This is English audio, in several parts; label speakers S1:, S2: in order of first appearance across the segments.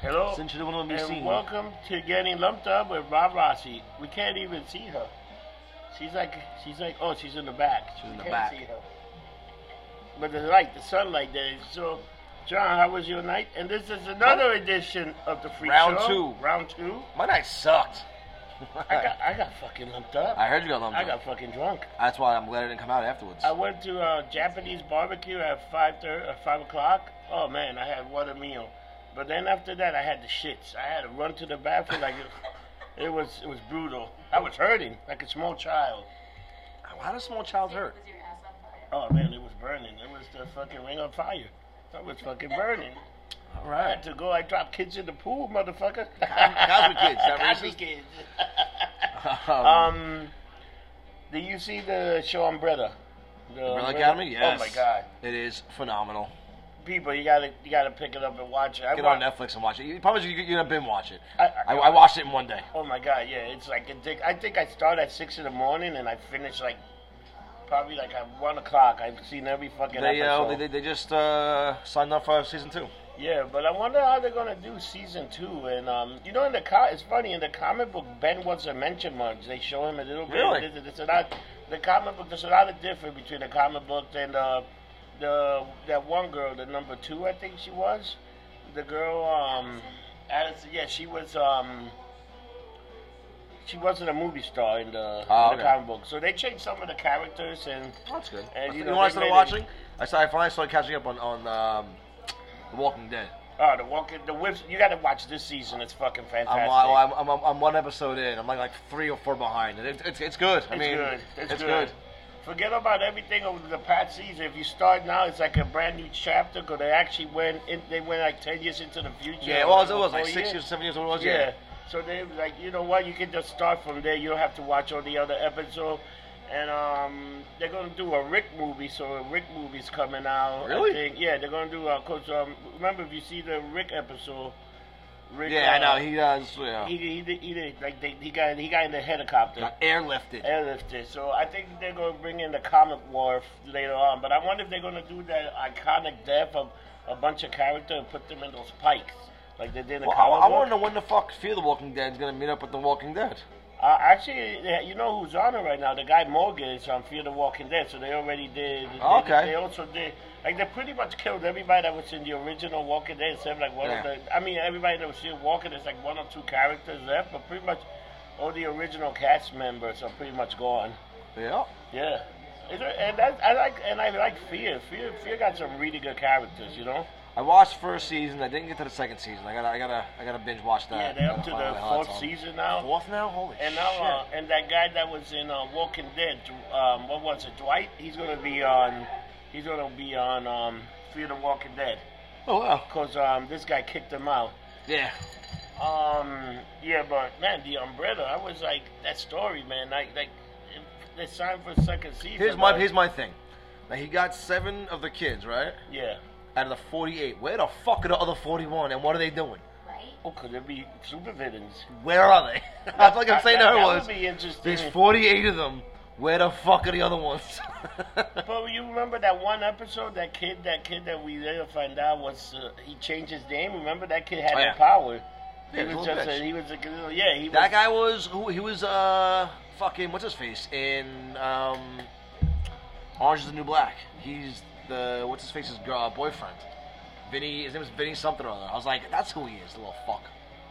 S1: Hello.
S2: Since you're the one who
S1: and
S2: missing.
S1: welcome to getting lumped up with Rob Rossi. We can't even see her. She's like, she's like, oh, she's in the back.
S2: She's in
S1: we
S2: the
S1: can't
S2: back.
S1: See her. But the light, the sunlight there. is So, John, how was your night? And this is another edition of the free
S2: Round
S1: show.
S2: two.
S1: Round two.
S2: My night sucked.
S1: I got, I got fucking lumped up.
S2: I heard you got lumped
S1: I
S2: up.
S1: got fucking drunk.
S2: That's why I'm glad it didn't come out afterwards.
S1: I went to a Japanese barbecue at five thirty, uh, five o'clock. Oh man, I had what a meal! But then after that, I had the shits. I had to run to the bathroom like it, it was it was brutal. I was hurting like a small child.
S2: How does small child hurt?
S3: Was your ass on fire?
S1: Oh man, it was burning. It was the fucking ring of fire. I was fucking burning.
S2: All
S1: I
S2: right.
S1: had to go. I dropped kids in the pool, motherfucker.
S2: Cosby kids, that
S1: Cosby
S2: racist?
S1: kids.
S2: Um,
S1: um, do you see the show Umbrella? The
S2: Umbrella Academy? Yes.
S1: Oh my god.
S2: It is phenomenal.
S1: people, you gotta you gotta pick it up and watch it. I
S2: Get
S1: wa-
S2: on Netflix and watch it. You probably you're gonna binge watch it.
S1: I,
S2: I, I watched it in one day.
S1: Oh my god, yeah, it's like addic- I think I start at six in the morning and I finish like probably like at one o'clock. I've seen every fucking
S2: They, uh,
S1: episode.
S2: they, they, they just uh, signed up for season two.
S1: Yeah, but I wonder how they're gonna do season two. And um, you know, in the co- it's funny in the comic book, Ben wasn't mentioned much. They show him a little bit.
S2: Really?
S1: There's, there's a lot. The comic book. There's a lot of difference between the comic book and uh, the that one girl, the number two, I think she was. The girl, um, Addison. Yeah, she was. Um, she wasn't a movie star in the,
S2: Oh,
S1: in the
S2: okay.
S1: comic book, so they changed some of the characters and.
S2: Oh, That's good.
S1: And,
S2: I
S1: you
S2: you,
S1: know,
S2: know what I
S1: they made
S2: started
S1: it-
S2: watching? I, started, I finally started catching up on, on um, The Walking Dead.
S1: Oh, the Walking, the Whips. You got to watch this season. It's fucking fantastic.
S2: I'm, I'm, I'm, I'm, I'm one episode in. I'm like, like three or four behind. It, it's, it's good. I
S1: It's
S2: mean,
S1: good. It's,
S2: it's
S1: good. Forget about everything over the past season. If you start now, it's like a brand new chapter because they actually went. In, they went like ten years into the future.
S2: Yeah, well, it was, it was
S1: Four
S2: like six years, seven years old. It was,
S1: Yeah.
S2: yeah.
S1: So they was like, you know what? You can just start from there. You don't have to watch all the other episodes. And um, they're gonna do a Rick movie. So a Rick movie's coming out. I
S2: Really?
S1: think. Yeah, they're gonna do. Uh, Cause um, remember if you see the Rick episode. Rick,
S2: Yeah, I
S1: uh,
S2: know. He does. Yeah.
S1: He he did, he did like they, he got he got in the helicopter
S2: got airlifted.
S1: airlifted. So I think they're going to bring in the comic war f- later on. But I wonder if they're going to do that iconic death of a bunch of character and put them in those pikes like they did in the
S2: Well,
S1: comic
S2: I, I
S1: book.
S2: want to know when the fuck Fear the Walking Dead is gonna meet up with The Walking Dead.
S1: Uh, actually, yeah, you know who's on it right now? The guy Morgan is on Fear the Walking Dead, so they already did. they-
S2: Oh, Okay.
S1: They, also did. Like, they pretty much killed everybody that was in the original Walking Dead, except, like, one
S2: Yeah.
S1: of the. I mean, everybody that was in Walking Dead, there's, like, one or two characters left, but pretty much all the original cast members are pretty much gone.
S2: Yeah.
S1: Yeah. Is there, and that, I like and I like Fear. Fear Fear got some really good characters, you know.
S2: I watched first season. I didn't get to the second season. I gotta, I gotta, I gotta binge watch
S1: Yeah,
S2: that.
S1: they're up
S2: Gotta
S1: to
S2: find out
S1: the
S2: how it's
S1: fourth
S2: on.
S1: season now.
S2: Fourth now? Holy
S1: And now,
S2: shit!
S1: uh, and that guy that was in uh, Walking Dead, um, what was it, Dwight? He's gonna be on. He's gonna be on um, Fear the Walking Dead,
S2: oh wow.
S1: cause um, this guy kicked him out.
S2: Yeah.
S1: Um, yeah, but man, the Umbrella, I was like that story, man. Like, like it- it's time for second season.
S2: Here's my,
S1: but-
S2: here's my thing. Now he got seven of the kids, right?
S1: Yeah.
S2: Out of the 48. Where the fuck are the other 41? And what are they doing?
S3: Right?
S1: Oh, could there be super villains?
S2: Where are they? That's like I'm saying to
S1: that,
S2: her
S1: that
S2: was.
S1: would be interesting.
S2: There's 48 of them. Where the fuck are the other ones?
S1: But you remember that one episode, that kid, that kid that we later find out was uh, he changed his name. Remember that kid had
S2: Oh,
S1: the
S2: yeah.
S1: power.
S2: Yeah,
S1: he
S2: he's
S1: was
S2: a little
S1: just a,
S2: bitch.
S1: he was a little- yeah he
S2: that
S1: was
S2: guy was who? He was uh fucking what's his face in um Orange is the New Black. He's the what's his face's girl, uh, boyfriend. Vinny, his name is Vinny something or other. I was like, that's who he is, the little fuck.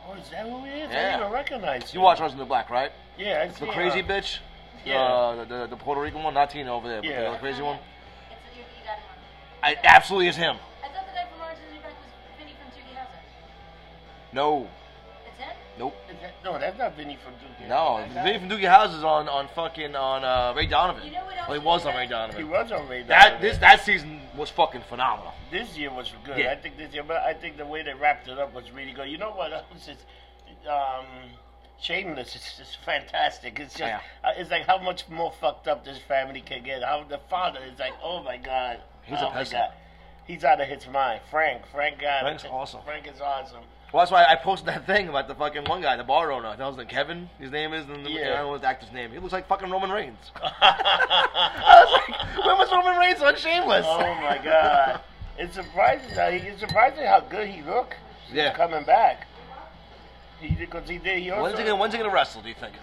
S1: oh is that who he is? I
S2: Yeah.
S1: didn't even recognize
S2: You
S1: him.
S2: watch Orange is the New Black, right?
S1: yeah I
S2: The
S1: see,
S2: crazy
S1: uh,
S2: bitch.
S1: yeah.
S2: Uh, the, the, the Puerto Rican one, not Tina over there, but
S1: Yeah.
S2: the other crazy one.
S3: It's you, you got him on.
S2: I, it absolutely is him.
S3: I thought the guy from Orange is the New Black was Vinny from Doogie Howser.
S2: No,
S3: It's him?
S2: nope,
S1: is that- no that's not Vinny from Duke
S2: no.
S1: That's not-
S2: Vinny from Doogie House is on on fucking on uh, Ray Donovan.
S3: You know what else
S2: well, he
S3: is
S2: was on
S3: bad?
S2: Ray Donovan.
S1: he was on Ray
S2: That
S1: Donovan.
S2: this that season was fucking phenomenal.
S1: this year was good
S2: Yeah.
S1: I think this year but I think the way they wrapped it up was really good you know what else is um Shameless is just fantastic. It's just,
S2: Yeah.
S1: uh, it's like how much more fucked up this family can get. How the father is like, oh my god,
S2: He's
S1: oh
S2: a
S1: my
S2: peasant.
S1: God. He's out of his mind. Frank, Frank got
S2: Frank's
S1: it.
S2: awesome.
S1: Frank is awesome.
S2: Well, that's why I posted that thing about the fucking one guy, the bar owner. That was like Kevin. His name is, and the,
S1: Yeah.
S2: I don't know his actor's name. He looks like fucking Roman Reigns. I was like, when was Roman Reigns on Shameless?
S1: Oh my god, it's surprising. How he, it's surprising how good he look. He's
S2: Yeah.
S1: coming back. He because he did. He also.
S2: When's he, gonna, when's he gonna wrestle? Do you think?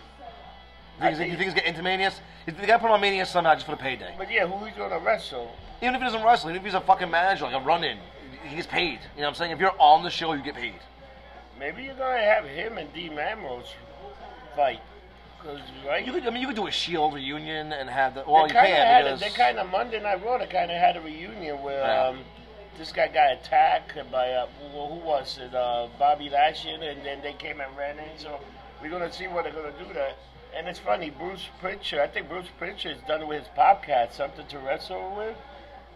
S1: I
S2: You think, you
S1: think-
S2: think he's getting into Manias? You think they gotta put him on Mania somehow just for the payday.
S1: but yeah, who he's gonna wrestle?
S2: Even if he doesn't wrestle, even if he's a fucking manager, like a run-in, he gets paid. You know what I'm saying? If you're on the show, you get paid.
S1: Maybe you're gonna have him and D. Ambrose fight. 'Cause, right?
S2: You could, I mean, you could do a Shield reunion and have the. Well,
S1: they
S2: you
S1: kind of
S2: can
S1: had
S2: because
S1: a, they kind of Monday Night Raw. They kind of had a reunion where
S2: Yeah.
S1: um, this guy got attacked by uh, who, who was it? Uh, Bobby Lashley, and then they came and ran in. So we're gonna see what they're gonna do there. And it's funny, Bruce Pritchard. I think Bruce Pritchard's done with his Popcat something to wrestle with,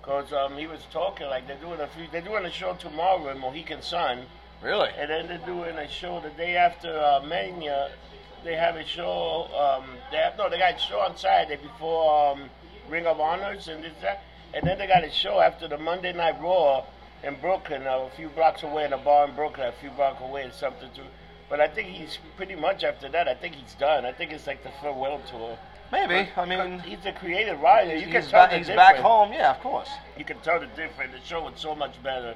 S1: cause um, he was talking like they're doing a few. They're doing a show tomorrow in Mohican Sun.
S2: really.
S1: And then they're doing a show the day after uh, Mania. They have a show. Um, they have, no, they got a show on Saturday before um, Ring of Honors and this that. And then they got a show after the Monday Night Raw in Brooklyn, uh, a few blocks away in a bar in Brooklyn, a few blocks away and something too. But I think he's pretty much after that. I think he's done. I think it's like the farewell tour.
S2: Maybe. I mean,
S1: He's a creative writer. You can
S2: he's,
S1: tell
S2: back,
S1: the
S2: he's back
S1: difference
S2: home. Yeah, of course.
S1: you can tell the difference. The show was so much better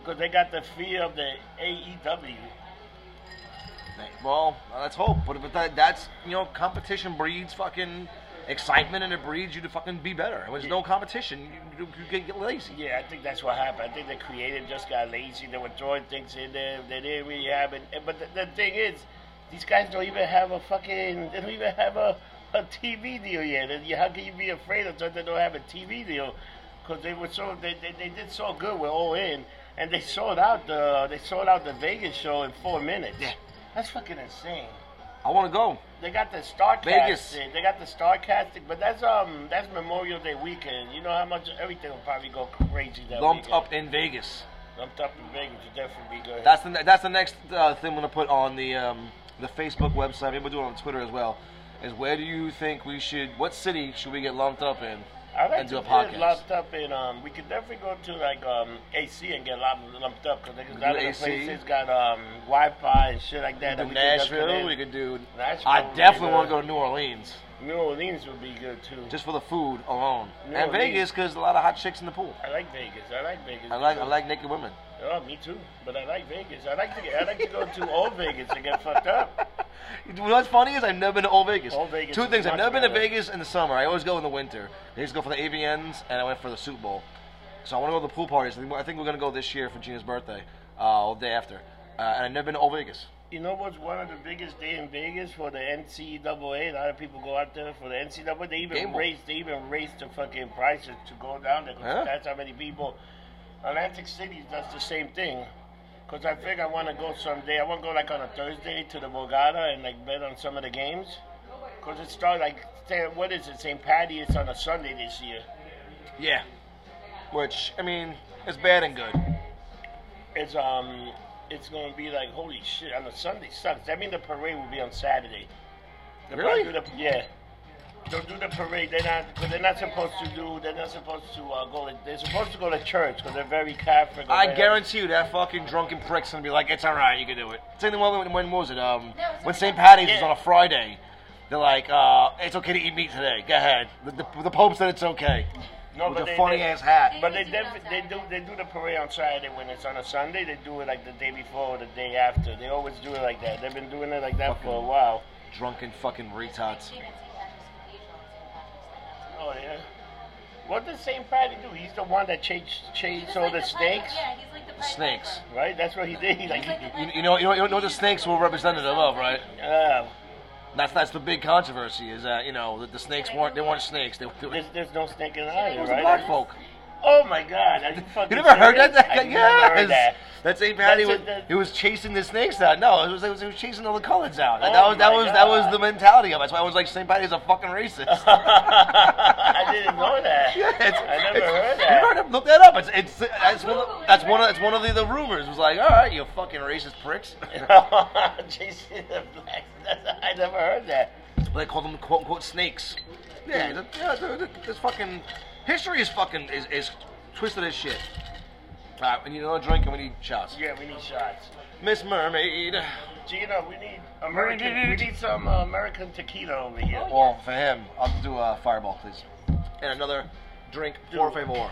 S1: because they got the feel of the E AEW.
S2: Well, let's hope. But, but that, that's you know, competition breeds fucking excitement, and it breeds you to fucking be better. When there's no competition, you, you, you get lazy.
S1: Yeah, I think that's what happened. I think the creative just got lazy. They were throwing things in there. They didn't really have it. And- But the, the thing is, these guys don't even have a fucking. They don't even have a, a TV deal yet. And you- how can you be afraid of something that don't have a TV deal? Because they were so they, they, they did so good. We're all in, and they sold out the they sold out the Vegas show in four minutes.
S2: Yeah.
S1: that's fucking insane.
S2: I want to go.
S1: They got the star
S2: Vegas.
S1: casting. They got the star casting, but that's um that's Memorial Day weekend. You know how much everything will probably go crazy that
S2: Lumped
S1: weekend.
S2: up in Vegas.
S1: Lumped up in Vegas would definitely be good.
S2: That's the ne- that's the next uh, thing I'm gonna put on the um, the Facebook website. Maybe we'll do it on Twitter as well. Is where do you think we should? What city should we get lumped up in?
S1: I like
S2: and do
S1: to
S2: a
S1: get
S2: podcast.
S1: lumped up in um. We could definitely go to like um AC and get lump- lumped up because a
S2: We
S1: lot
S2: do
S1: of the
S2: AC.
S1: places got um Wi-Fi and shit like that.
S2: do
S1: that we could just get
S2: Nashville.
S1: in.
S2: We could do.
S1: Nashville would
S2: I
S1: be
S2: definitely
S1: good.
S2: want to go to New Orleans
S1: New Orleans would be good too.
S2: just for the food alone,
S1: New
S2: and
S1: Orleans.
S2: Vegas because a lot of hot chicks in the pool.
S1: I like Vegas. I like Vegas.
S2: I like I like naked women.
S1: Oh, me too. But I like Vegas. I like to get, I like to go to old Vegas and get fucked up.
S2: You know What's funny is I've never been to Old Vegas.
S1: Old Vegas
S2: Two
S1: is
S2: things. I've
S1: much
S2: never been to
S1: better.
S2: Vegas in the summer. I always go in the winter. I used to go for the AVNs and I went for the Super Bowl. So I want to go to the pool parties. I think- I think we're gonna go this year for Gina's birthday, uh, or the day after. Uh, and I've never been to Old Vegas.
S1: You know what's one of the biggest day in Vegas for the NCAA? A lot of people go out there for the NCAA. They even
S2: Gamble.
S1: raise, they even raise the fucking prices to go down there. 'cause
S2: Huh?
S1: That's how many people. Atlantic City does the same thing. Cause I think I want to go someday. I want to go like on a Thursday to the Borgata and like bet on some of the games. Cause it starts like say, what is it? St. Patty. It's on a Sunday this year.
S2: Yeah. Which I mean, it's bad and good.
S1: It's um, it's gonna be like holy shit on a Sunday sucks. That means the parade will be on Saturday. They'll probably
S2: Really?
S1: do the- yeah. They'll do the parade. They're not. Cause they're not supposed to do. They're not supposed to uh, go. To, they're supposed to go to church because they're very Catholic. or
S2: I
S1: whatever.
S2: guarantee you that fucking drunken prick's gonna be like, it's all right, you can do it. Same thing when, when, when was it? Um,
S3: No, it's
S2: when
S3: okay.
S2: St. Patty's was
S1: Yeah.
S2: on a Friday, they're like, uh, it's okay to eat meat today. Go ahead. The, the, the Pope said it's okay.
S1: No,
S2: With
S1: but
S2: a
S1: they-
S2: funny
S1: they-
S2: ass hat.
S1: But they
S3: They do it on
S1: def- they do they do the parade on Saturday when it's on a Sunday. They do it like the day before or the day after. They always do it like that. They've been doing it like that for a while.
S2: Drunken fucking retards.
S3: Shane at St. Patrick's Cathedral on St. Patrick's Day. That's-
S1: Oh yeah. What does St. Patty do? He's the one that chased
S3: He's
S1: chased
S3: just
S1: all
S3: like
S1: the
S3: Pied Piper.
S1: snakes,
S3: Yeah, he's like the Pied
S2: snakes.
S3: Piper.
S1: right? That's what he did. He like.
S3: He's like the
S2: You,
S3: Pied
S2: you know, you know, you
S3: Piper.
S2: know the snakes were representative of, right?
S1: Uh,
S2: That's that's the big controversy is that you know the, the snakes weren't they weren't snakes. They, they were
S1: There's,
S2: it
S1: there's no snake in the
S2: was
S1: island,
S2: the
S1: right?
S2: black folk.
S1: Oh my god, are you fucking
S2: You never heard
S1: serious?
S2: that? that
S1: I
S2: yes.
S1: never heard that.
S2: That's St. Patty.
S1: That's
S2: Was,
S1: a- that-
S2: he was chasing the snakes out. No, it was, it was he was chasing all the coloreds out.
S1: Oh
S2: that was that
S1: my
S2: was that was
S1: God.
S2: the mentality of it. That's why I was like, St. Patty's a fucking racist.
S1: I didn't know that.
S2: Yeah, it's-
S1: I never
S2: it's-
S1: heard
S2: you
S1: that.
S2: heard him? Look that up. It's it's that's one of, that's one of, that's one of the, the rumors. It was like, all right, you fucking racist pricks.
S1: Jason the Black. That's- I never heard that.
S2: they called them quote unquote snakes.
S1: Hmm.
S2: Yeah, th- yeah. th- th- This fucking history is fucking is, is twisted as shit. All right, we need another drink and we need shots.
S1: Yeah, we need shots.
S2: Miss Mermaid.
S1: Gina, we need American. We need some uh, American tequila over here.
S2: Well, for him, I'll do a fireball, please, and another drink, por
S1: Dude.
S2: favor.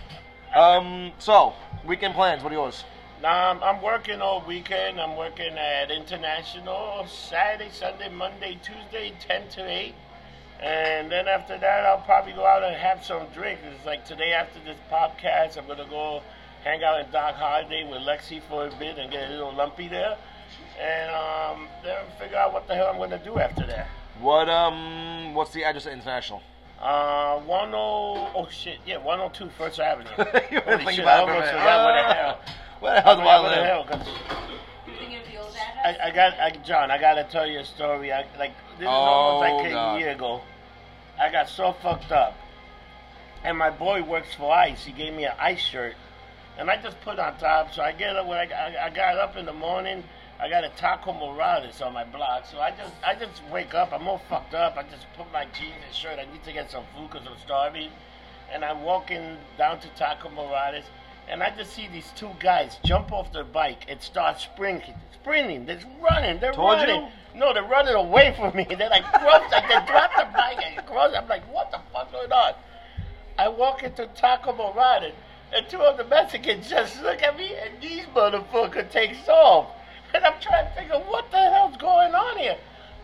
S2: Um, so weekend plans. What are yours?
S1: Now I'm, I'm working all weekend. I'm working at International Saturday, Sunday, Monday, Tuesday, ten to eight, and then after that I'll probably go out and have some drinks. It's like today after this podcast, I'm gonna go hang out in Doc Holiday with Lexi for a bit and get a little lumpy there, and um, then figure out what the hell I'm gonna do after that.
S2: What um? What's the address of International?
S1: Uh, 10, oh shit, yeah, 102 First Avenue.
S2: You were
S1: Holy
S2: thinking
S1: shit, I almost
S2: about it uh, for a minute.
S1: forgot where the hell.
S2: Where the hell do I
S1: Where the
S2: live?
S1: hell, 'cause
S3: You thinking of the old
S1: I,
S3: address?
S1: I got, I, John, I gotta tell you a story. I, like, this is almost
S2: Oh,
S1: like a
S2: God.
S1: year ago. I got so fucked up. And my boy works for ICE. He gave me an ICE shirt. And I just put it on top. So I get up, when I, I, I got up in the morning, I got a Taco Morales on my block. So I just, I just wake up. I'm all fucked up. I just put my jeans and shirt. I need to get some food because I'm starving. And I'm walking down to Taco Morales. And I just see these two guys jump off their bike and start sprinting. Sprinting. They're running. They're
S2: Told you.
S1: running. No, they're running away from me. They're like, cross, like they dropped the bike and cross. I'm like, what the fuck going on? I walk into Taco Morada, and two of the Mexicans just look at me, and these motherfucker takes off. And I'm trying to figure what the hell's going on here.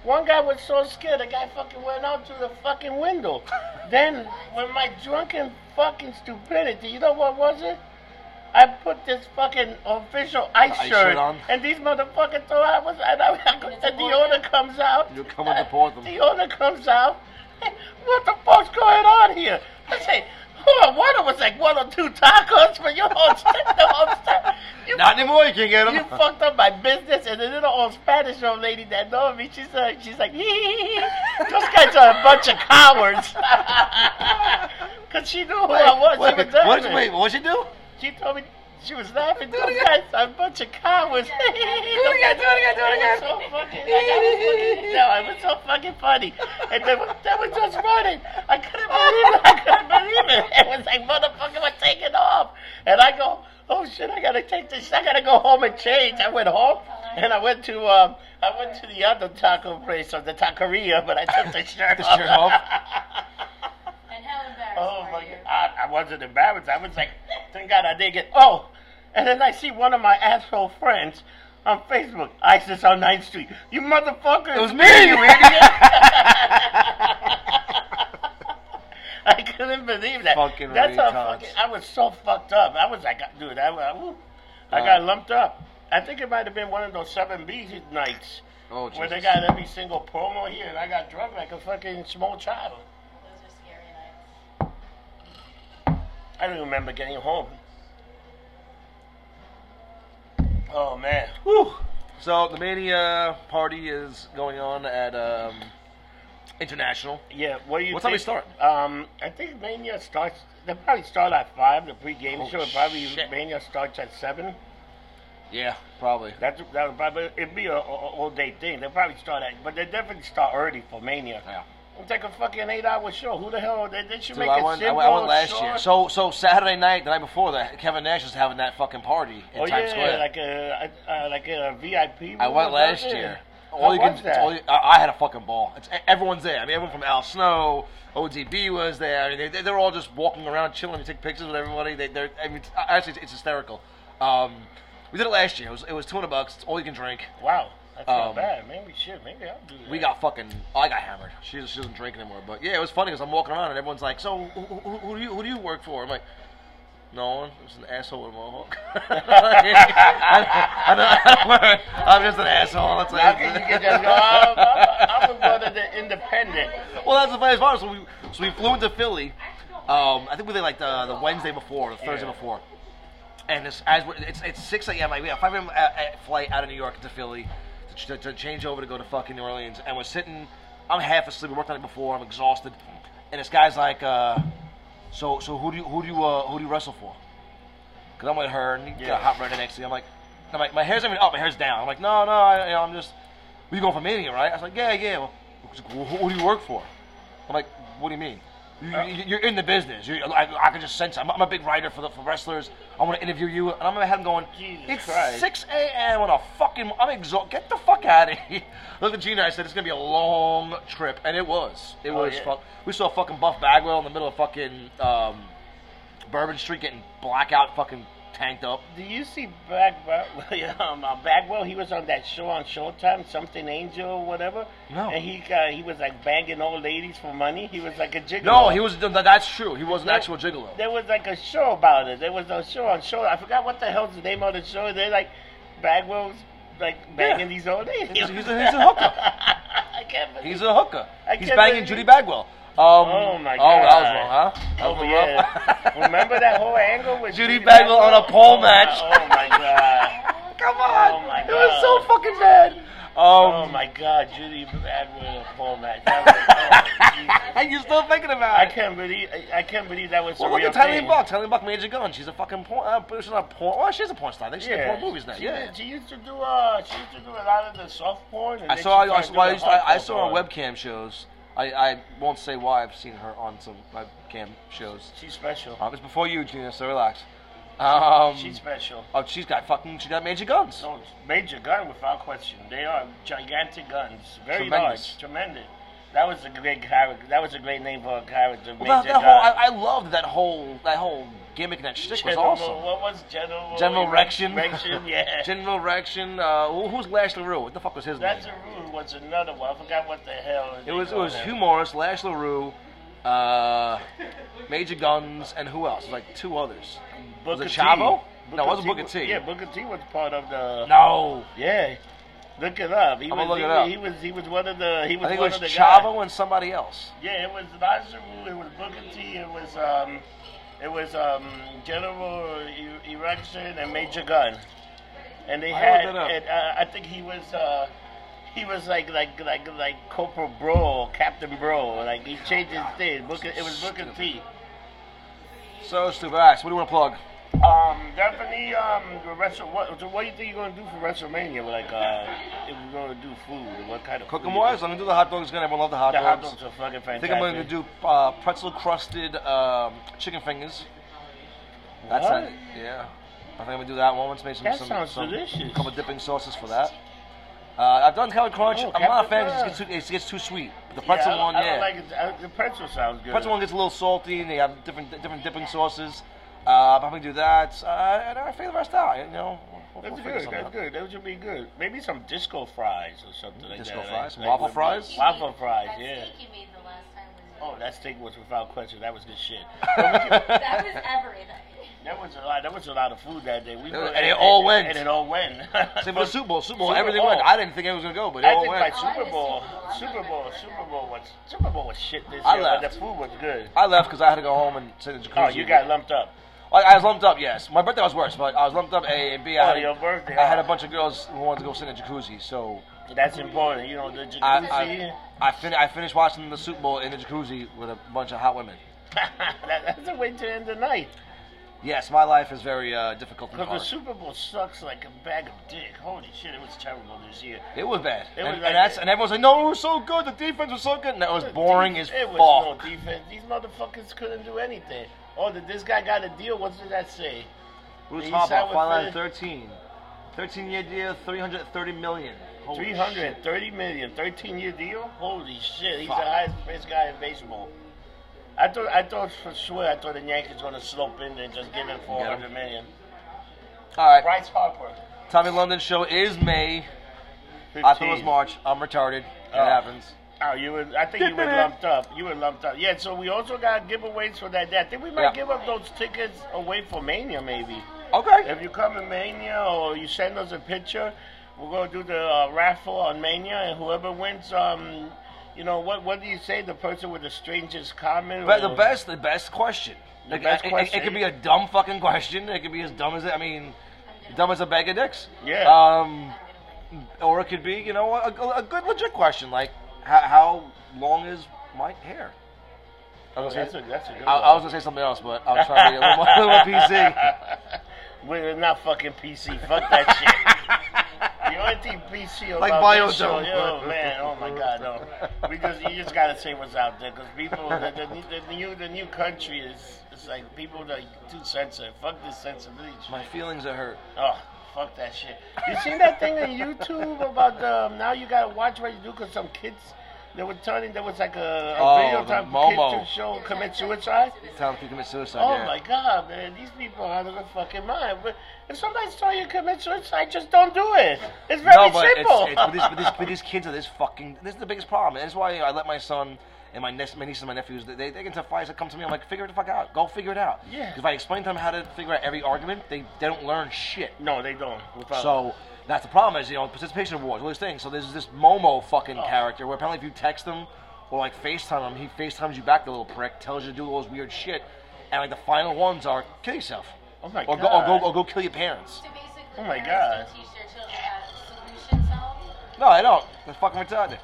S1: One guy was so scared, the guy fucking went out through the fucking window. then, with my drunken fucking stupidity, you know what was it? I put this fucking official ice,
S2: The ice
S1: shirt
S2: shirt on.
S1: and these motherfuckers thought I was. And, I, and the owner comes out.
S2: You're coming to port them.
S1: The owner comes out. What the fuck's going on here? I say, hold on, one of us like one or two tacos for your whole st- the whole st- You,
S2: Not anymore. You can get
S1: you
S2: them.
S1: fucked up my business. And the little old Spanish old lady that know me, she's like, she's like, those guys are a bunch of cowards. Cause she knew who I was.
S2: Wait,
S1: she was
S2: wait,
S1: laughing.
S2: what, wait, what'd you do?
S1: She told me she was laughing. Those guys are a bunch of cowards. do
S2: again, do it again, do it again.
S1: so fucking, like, I was fucking, no, I was so fucking funny. And they were, they were just running. I couldn't believe it. I couldn't believe it. It was like, motherfucker, we're taking off. And I go, oh shit, I gotta take this. I gotta go home and change. I went home and I went to, um, I went to the other taco place or the taqueria, but I took the shirt
S2: The
S1: off.
S2: shirt off.
S3: And how embarrassed
S1: Oh
S3: are
S1: my
S3: you?
S1: god, I, I wasn't embarrassed. I was like, thank God I did get. Oh, and then I see one of my asshole friends on Facebook, ISIS on 9th Street. You motherfucker!
S2: It was me, you idiot.
S1: I couldn't believe that.
S2: Fucking
S1: That's how
S2: retards.
S1: fucking. I was so fucked up. I was like, dude, I, I, woo. I got
S2: Uh.
S1: lumped up. I think it might have been one of those seven B nights
S2: oh,
S1: where they
S2: Jesus.
S1: got every single promo here, and I got drunk like a fucking small child.
S3: Those are scary nights.
S1: I don't remember getting home. Oh man.
S2: Whew. So the mania party is going on at um, International.
S1: Yeah, what do you
S2: What time
S1: think?
S2: we start?
S1: Um, I think Mania starts, they probably start at 5, the pregame
S2: Oh,
S1: show. Probably
S2: shit.
S1: Mania starts at 7.
S2: Yeah, probably.
S1: That's, that'll probably, it'd be a, a- all day thing. They'll probably start at, but they definitely start early for Mania.
S2: Yeah.
S1: It's like a fucking eight hour show. Who the hell, they, they should
S2: Dude,
S1: make
S2: I
S1: it
S2: went, I
S1: simple,
S2: went, I went last
S1: short.
S2: year. So, so Saturday night, the night before that, Kevin Nash was having that fucking party in
S1: oh yeah,
S2: Times Square.
S1: like a, uh, like a VIP.
S2: I
S1: room
S2: went
S1: or
S2: last
S1: something.
S2: year.
S1: How
S2: All you can,
S1: was
S2: it's
S1: that?
S2: all you, I I had a fucking ball. It's, e, everyone's there. I mean, everyone from Al Snow, ODB was there. I mean, they, they- they're all just walking around, chilling. You take pictures with everybody. They, they're, I mean, it's, actually, it's, it's hysterical. Um, we did it last year. It was, it was 200 bucks. It's all you can drink.
S1: Wow, that's
S2: Um,
S1: not bad. Maybe shit. Maybe I'll do that.
S2: We got fucking. oh, I got hammered. She, she doesn't drink anymore. But yeah, it was funny because I'm walking around and everyone's like, "So who, who, who do you who do you work for?" I'm like, "No one. I'm just an asshole with a mohawk." I, don't- I, am just an asshole. It's
S1: How
S2: like,
S1: can you get that? No, I'm, I'm, I'm one of the independent.
S2: well, that's the funniest part. So we so we flew into Philly. Um, I think we did like the, the Wednesday before, the Thursday
S1: Yeah.
S2: before. And it's, as we're, it's it's six a.m. Like we have five a.m. a- a flight out of New York to Philly to, ch- to, to change over to go to fucking New Orleans. And we're sitting. I'm half asleep. We worked on it before. I'm exhausted. And this guy's like, uh, so so who do you who do you uh, who do you wrestle for? Cause I'm with her and he got
S1: Yeah.
S2: a hot runner next to me. I'm like, I'm like, my hair's not even up, my hair's down. I'm like, no, no, I, you know, I'm just, we going for mania, right? I was like, yeah, yeah. Well, she's like, well, who, who do you work for? I'm like, what do you mean? You,
S1: Uh,
S2: you, you're in the business. You, I, I can just sense. it. I'm, I'm a big writer for the for wrestlers. I want to interview you, and I'm in my head going,
S1: Jesus
S2: it's
S1: Christ.
S2: 6 a.m. on a fucking. I'm exhausted. Get the fuck out of here. Look at Gina. I said it's gonna be a long trip, and it was. It
S1: Oh,
S2: was.
S1: yeah.
S2: Fuck. We saw fucking Buff Bagwell in the middle of fucking. Um, Bourbon Street getting blackout fucking tanked up.
S1: Do you see Bagwell? Um, uh, Bagwell, he was on that show on Showtime, something Angel or whatever.
S2: No.
S1: And he uh, he was like banging old ladies for money. He was like a gigolo.
S2: No, he was. th- That's true. He was an actual gigolo.
S1: There was like a show about it. There was a show on show. I forgot what the hell's the name of the show. They're like Bagwell's like banging these old ladies.
S2: He's- he's a- he's a hooker.
S1: I can't believe.
S2: He's a hooker.
S1: I
S2: He's
S1: can't
S2: banging
S1: believe-
S2: Judy Bagwell. Um,
S1: Oh, my
S2: Oh, that was
S1: God.
S2: wrong, huh? That was
S1: Oh,
S2: rough.
S1: yeah. Remember that whole angle with
S2: Judy Bagwell on a pole
S1: Oh,
S2: match.
S1: my- Oh my god.
S2: Come on.
S1: Oh, my
S2: It was so
S1: God.
S2: fucking bad. Um,
S1: Oh my god, Judy Bagwell on a pole match. That was, oh, Jesus.
S2: You're still thinking about
S1: I
S2: it.
S1: can't believe I, I can't believe that was
S2: Well,
S1: a
S2: look
S1: real
S2: at Tylee
S1: thing.
S2: Buck. Tylee Buck made a gun. She's a fucking porn. Uh, she's not a porn. Oh, she's a porn star. I think she's in porn movies now.
S1: She,
S2: Yeah.
S1: did- she used to do uh, she used to do a lot of the soft porn. And
S2: I
S1: then
S2: saw.
S1: she
S2: I,
S1: started
S2: saw- I,
S1: doing
S2: used to- I, I
S1: hardcore
S2: saw her
S1: porn.
S2: webcam shows. I, I won't say why. I've seen her on some webcam shows.
S1: She's special.
S2: Uh, it was before you, Gina. So relax. Um,
S1: She's special.
S2: oh, she's got fucking. She got major guns.
S1: So major gun without question. They are gigantic guns, very
S2: Tremendous.
S1: large, tremendous. That was a great character. That was a great name for a character.
S2: Well, that,
S1: major
S2: that whole.
S1: gun.
S2: I, I loved that whole. That whole gimmick and that shtick was
S1: General-
S2: awesome.
S1: What was general?
S2: General Rection.
S1: Rection, yeah.
S2: General Rection. Uh, who- who's Lash LaRue? What the fuck was his name?
S1: That's a rule. Was another one. I forgot what the hell.
S2: It was it was Hugh
S1: human.
S2: Morris, Lash LaRue, uh, Major Guns, and who else? It was like two others. Was it Chavo? No, it wasn't Booker T.
S1: Yeah, Booker T was part of the.
S2: No,
S1: Yeah. Look it up. He
S2: I'ma
S1: was,
S2: look
S1: he,
S2: it
S1: was-
S2: up.
S1: He was he was one of the he was
S2: I think it
S1: one
S2: was
S1: of the
S2: Chavo
S1: guys.
S2: and somebody else.
S1: Yeah, it was Lazaru, it was Booker T, it was um it was um General E- Erection and Major Gun. And they
S2: I
S1: had
S2: looked it up.
S1: and, uh, I think he was uh he was like like like like Corporal Bro, Captain Bro, like he changed his thing. Booker, it was Booker T.
S2: So stupid. All right, so what do you want to plug?
S1: Um, definitely. Um, the rest of what? so What do you think you're gonna do for WrestleMania? Like, uh, if we're gonna do food, what kind of
S2: Cooking
S1: food?
S2: wise, I'm gonna do the hot dogs again. Everyone love the hot
S1: The hot
S2: dogs.
S1: dogs are fucking
S2: I
S1: fantastic.
S2: think I'm gonna do uh, pretzel crusted um, chicken fingers. That's
S1: What?
S2: it. Yeah. I think I'm gonna do that one. Let's make some
S1: That
S2: some,
S1: sounds
S2: some
S1: delicious.
S2: couple dipping sauces for that. Uh, I've done Captain Crunch.
S1: Oh,
S2: I'm not a
S1: Captain
S2: fan because it
S1: Crunch.
S2: gets too, it gets too sweet. The
S1: Yeah,
S2: pretzel
S1: I-
S2: one,
S1: I
S2: yeah.
S1: don't like it. I- the pretzel sounds good.
S2: Pretzel one gets a little salty, and they have different different dipping sauces. Uh, I'm probably do that, uh, and I figure the rest out. You know, We'll- we'll
S1: That's
S2: figure
S1: good.
S2: something
S1: That's
S2: out.
S1: good. That should be good. Maybe some disco fries or something like
S2: Disco
S1: that.
S2: fries?
S1: like-
S2: Waffle
S1: like-
S2: fries?
S1: Waffle fries.
S3: That
S1: Yeah.
S3: steak you made the last time was.
S1: Oh, that steak was without question. That was good shit.
S3: That was everything.
S1: That was a lot. That was a lot of food that day. We
S2: And it all went.
S1: And it all went.
S2: Same for the Super Bowl. Super Bowl,
S1: Super
S2: everything
S1: Bowl.
S2: went. I didn't think it was gonna go, but it
S1: I
S2: all
S1: think
S2: went.
S1: my
S3: Oh, I
S1: Super
S3: missed
S1: Bowl,
S3: Super Bowl.
S1: Super Bowl, Super Bowl was Super Bowl was shit this
S2: I
S1: year, but
S2: left.
S1: the food was good.
S2: I left because I had to go home and sit in the
S1: Oh,
S2: jacuzzi.
S1: you got lumped up.
S2: I, I was lumped up. Yes, my birthday was worse, but I was lumped up. A and B. I
S1: Oh,
S2: had,
S1: your birthday,
S2: I had
S1: huh?
S2: a bunch of girls who wanted to go sit in the jacuzzi, so
S1: That's important, you know. The jacuzzi.
S2: I I, I, fin- I finished watching the Super Bowl in the jacuzzi with a bunch of hot women.
S1: that, that's a way to end the night.
S2: Yes, my life is very uh, difficult. And
S1: Because the
S2: hard.
S1: Super Bowl sucks like a bag of dick. Holy shit, it was terrible this year.
S2: It was bad.
S1: It
S2: and,
S1: was
S2: and
S1: like-
S2: that's and everyone's like, no, it was so good. The defense was so good. And that was boring as
S1: It
S2: fuck.
S1: was no defense. These motherfuckers couldn't do anything. Oh, did this guy got a deal? What did that say?
S2: Bruce
S1: He
S2: Harbaugh,
S1: signed with
S2: finalized
S1: the-
S2: 13. 13 year deal, 330 million. Holy
S1: Three
S2: shit.
S1: hundred thirty million, thirteen year deal? Holy shit, he's
S2: Fuck.
S1: the highest priced guy in baseball. I thought, I thought for sure, I thought the Yankees gonna slope in there and just give him four hundred million.
S2: All right.
S1: Bryce Harper.
S2: Tommy London show is May.
S1: 15.
S2: I thought it was March. I'm retarded. It
S1: Oh.
S2: happens.
S1: Oh, you were. I think you were lumped up. You were lumped up. Yeah. So we also got giveaways for that day. I think we might
S2: Yeah.
S1: give up those tickets away for Mania, maybe.
S2: Okay.
S1: If you come to Mania or you send us a picture, we're gonna do the uh, raffle on Mania, and whoever wins, um, you know, what what do you say? The person with the strangest comment.
S2: But the
S1: or-
S2: best, the best question.
S1: The
S2: Like,
S1: best
S2: it- it- It,
S1: question.
S2: could be a dumb fucking question. It could be as dumb as I mean, dumb as a bag of dicks.
S1: Yeah.
S2: Um, or it could be you know a, a- a good legit question like how, how long is my hair? I was gonna
S1: Oh, That's
S2: say,
S1: a, that's a good
S2: I,
S1: one.
S2: I was gonna say something else, but I was trying to be a little more, a little more PC.
S1: We're not fucking PC. Fuck that shit. The only thing PC about
S2: Like
S1: this show,
S2: Biodome.
S1: yo, man, oh my god, no. We just, you just gotta say what's out there because people, the, the, the new, the new country is, it's like people are like too sensitive. Fuck this sensibility.
S2: My feelings are hurt.
S1: Oh, fuck that um, shit. You seen that thing on YouTube about the, now you gotta watch what you do because some kids They were telling there was like a, a
S2: Oh,
S1: video
S2: the
S1: time
S2: Momo.
S1: for kids to show commit suicide.
S2: Tell them to commit suicide.
S1: Oh
S2: yeah.
S1: my god, man, these people are out of their fucking mind. But if somebody saw you commit suicide, just don't do it. It's very
S2: no, but
S1: simple.
S2: It's, it's, but, these, but, these, but these kids are this fucking. This is the biggest problem. That's why I let my son and my, niece, my nieces and my nephews. They, they can tell flies that come to me. I'm like, figure it the fuck out. Go figure it out.
S1: Yeah.
S2: 'Cause If I explain to them how to figure out every argument, they, they don't learn shit.
S1: no, they don't. Without-
S2: So that's the problem is you know participation awards, all these things. So there's this Momo fucking
S1: Oh.
S2: character where apparently if you text him or like FaceTime him, he FaceTimes you back. The little prick tells you to do all this weird shit, and like the final ones are kill yourself.
S1: Oh my
S2: or go, or
S1: God.
S2: go, or go kill your parents.
S3: So basically,
S1: Oh my
S3: parents
S1: God.
S3: don't teach their children how to solution solve.
S2: No, I don't. That's fucking retarded.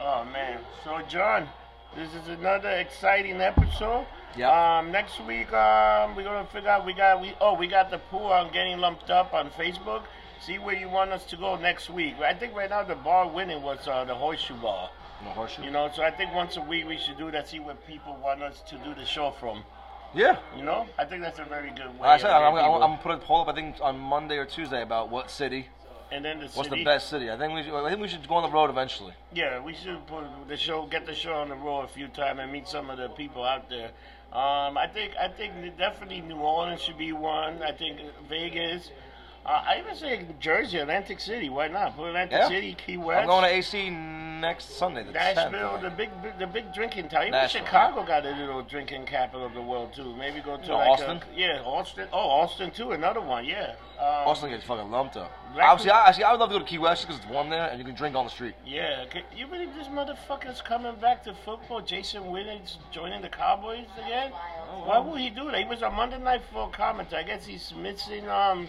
S1: Oh man. So John, this is another exciting episode.
S2: Yep.
S1: Um, next week, um, we're gonna figure out we got we oh we got the pool on getting lumped up on Facebook. See where you want us to go next week. I think right now the bar winning was uh, the horseshoe bar.
S2: No horseshoe.
S1: You know, so I think once a week we should do that. See where people want us to do the show from.
S2: Yeah.
S1: You know, I think that's a very good way.
S2: I said
S1: of
S2: I'm, I'm,
S1: getting
S2: I'm
S1: people.
S2: gonna put a poll up. I think on Monday or Tuesday about what city,
S1: and then the
S2: what's
S1: city.
S2: the best city. I think we should, I think we should go on the road eventually.
S1: Yeah, we should put the show, get the show on the road a few times and meet some of the people out there. Um, I think, I think definitely New Orleans should be one. I think Vegas. Uh, I even say Jersey, Atlantic City. Why not? Put Atlantic
S2: Yeah.
S1: City, Key West,
S2: I'm going to AC next Sunday. The 10th, I
S1: Nashville,
S2: think.
S1: the big, big, the big drinking town. Even
S2: Nashville.
S1: Chicago got a little drinking capital of the world too. Maybe go to
S2: No,
S1: like
S2: Oh, Austin?
S1: A, yeah, Austin. Oh, Austin too. Another one. Yeah. Um,
S2: Austin gets fucking lumped up.
S1: Black-
S2: Obviously, I, actually, I would love to go to Key West because it's warm there and you can drink on the street.
S1: Yeah, can you believe this motherfucker's coming back to football? Jason Witten's joining the Cowboys again?
S3: Wild.
S1: Why would he do that? He was on Monday Night Football commentator. I guess he's missing. Um,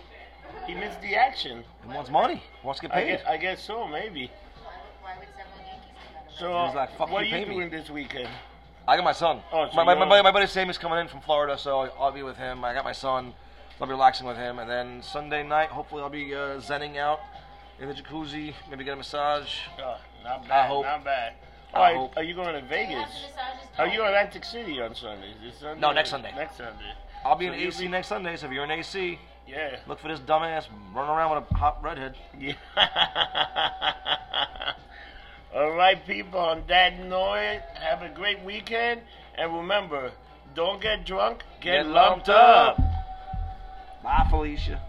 S1: he missed the action.
S2: He wants money. He wants to get
S1: I
S2: paid.
S1: guess, I guess so, maybe.
S3: Why would, why would several Yankees come
S1: So,
S3: out of
S2: He's like, "Fuck
S1: what are
S2: you,
S1: you
S2: pay me."
S1: doing this weekend?
S2: I got my son.
S1: Oh, so
S2: my, my,
S1: you're-
S2: my, buddy- my buddy Sammy's coming in from Florida, so I'll be with him. I got my son. I'll be relaxing with him. And then Sunday night, hopefully, I'll be uh, zenning out in the jacuzzi, maybe get a massage.
S1: Uh, not bad.
S2: hope.
S1: Not bad.
S2: I
S1: All right,
S2: hope.
S1: are you going to Vegas?
S3: After this, I was just
S1: Are you in
S3: told-
S1: Atlantic City on Sunday? Is it Sunday?
S2: No, next Sunday.
S1: Next Sunday.
S2: I'll be
S1: So
S2: in
S1: you'll
S2: AC
S1: be-
S2: next Sunday, so if you're in AC,
S1: Yeah.
S2: look for this dumbass running around with a hot redhead.
S1: Yeah. All right, people, on that note, have a great weekend. And remember, don't get drunk, get, lumped up.
S2: Bye, Felicia.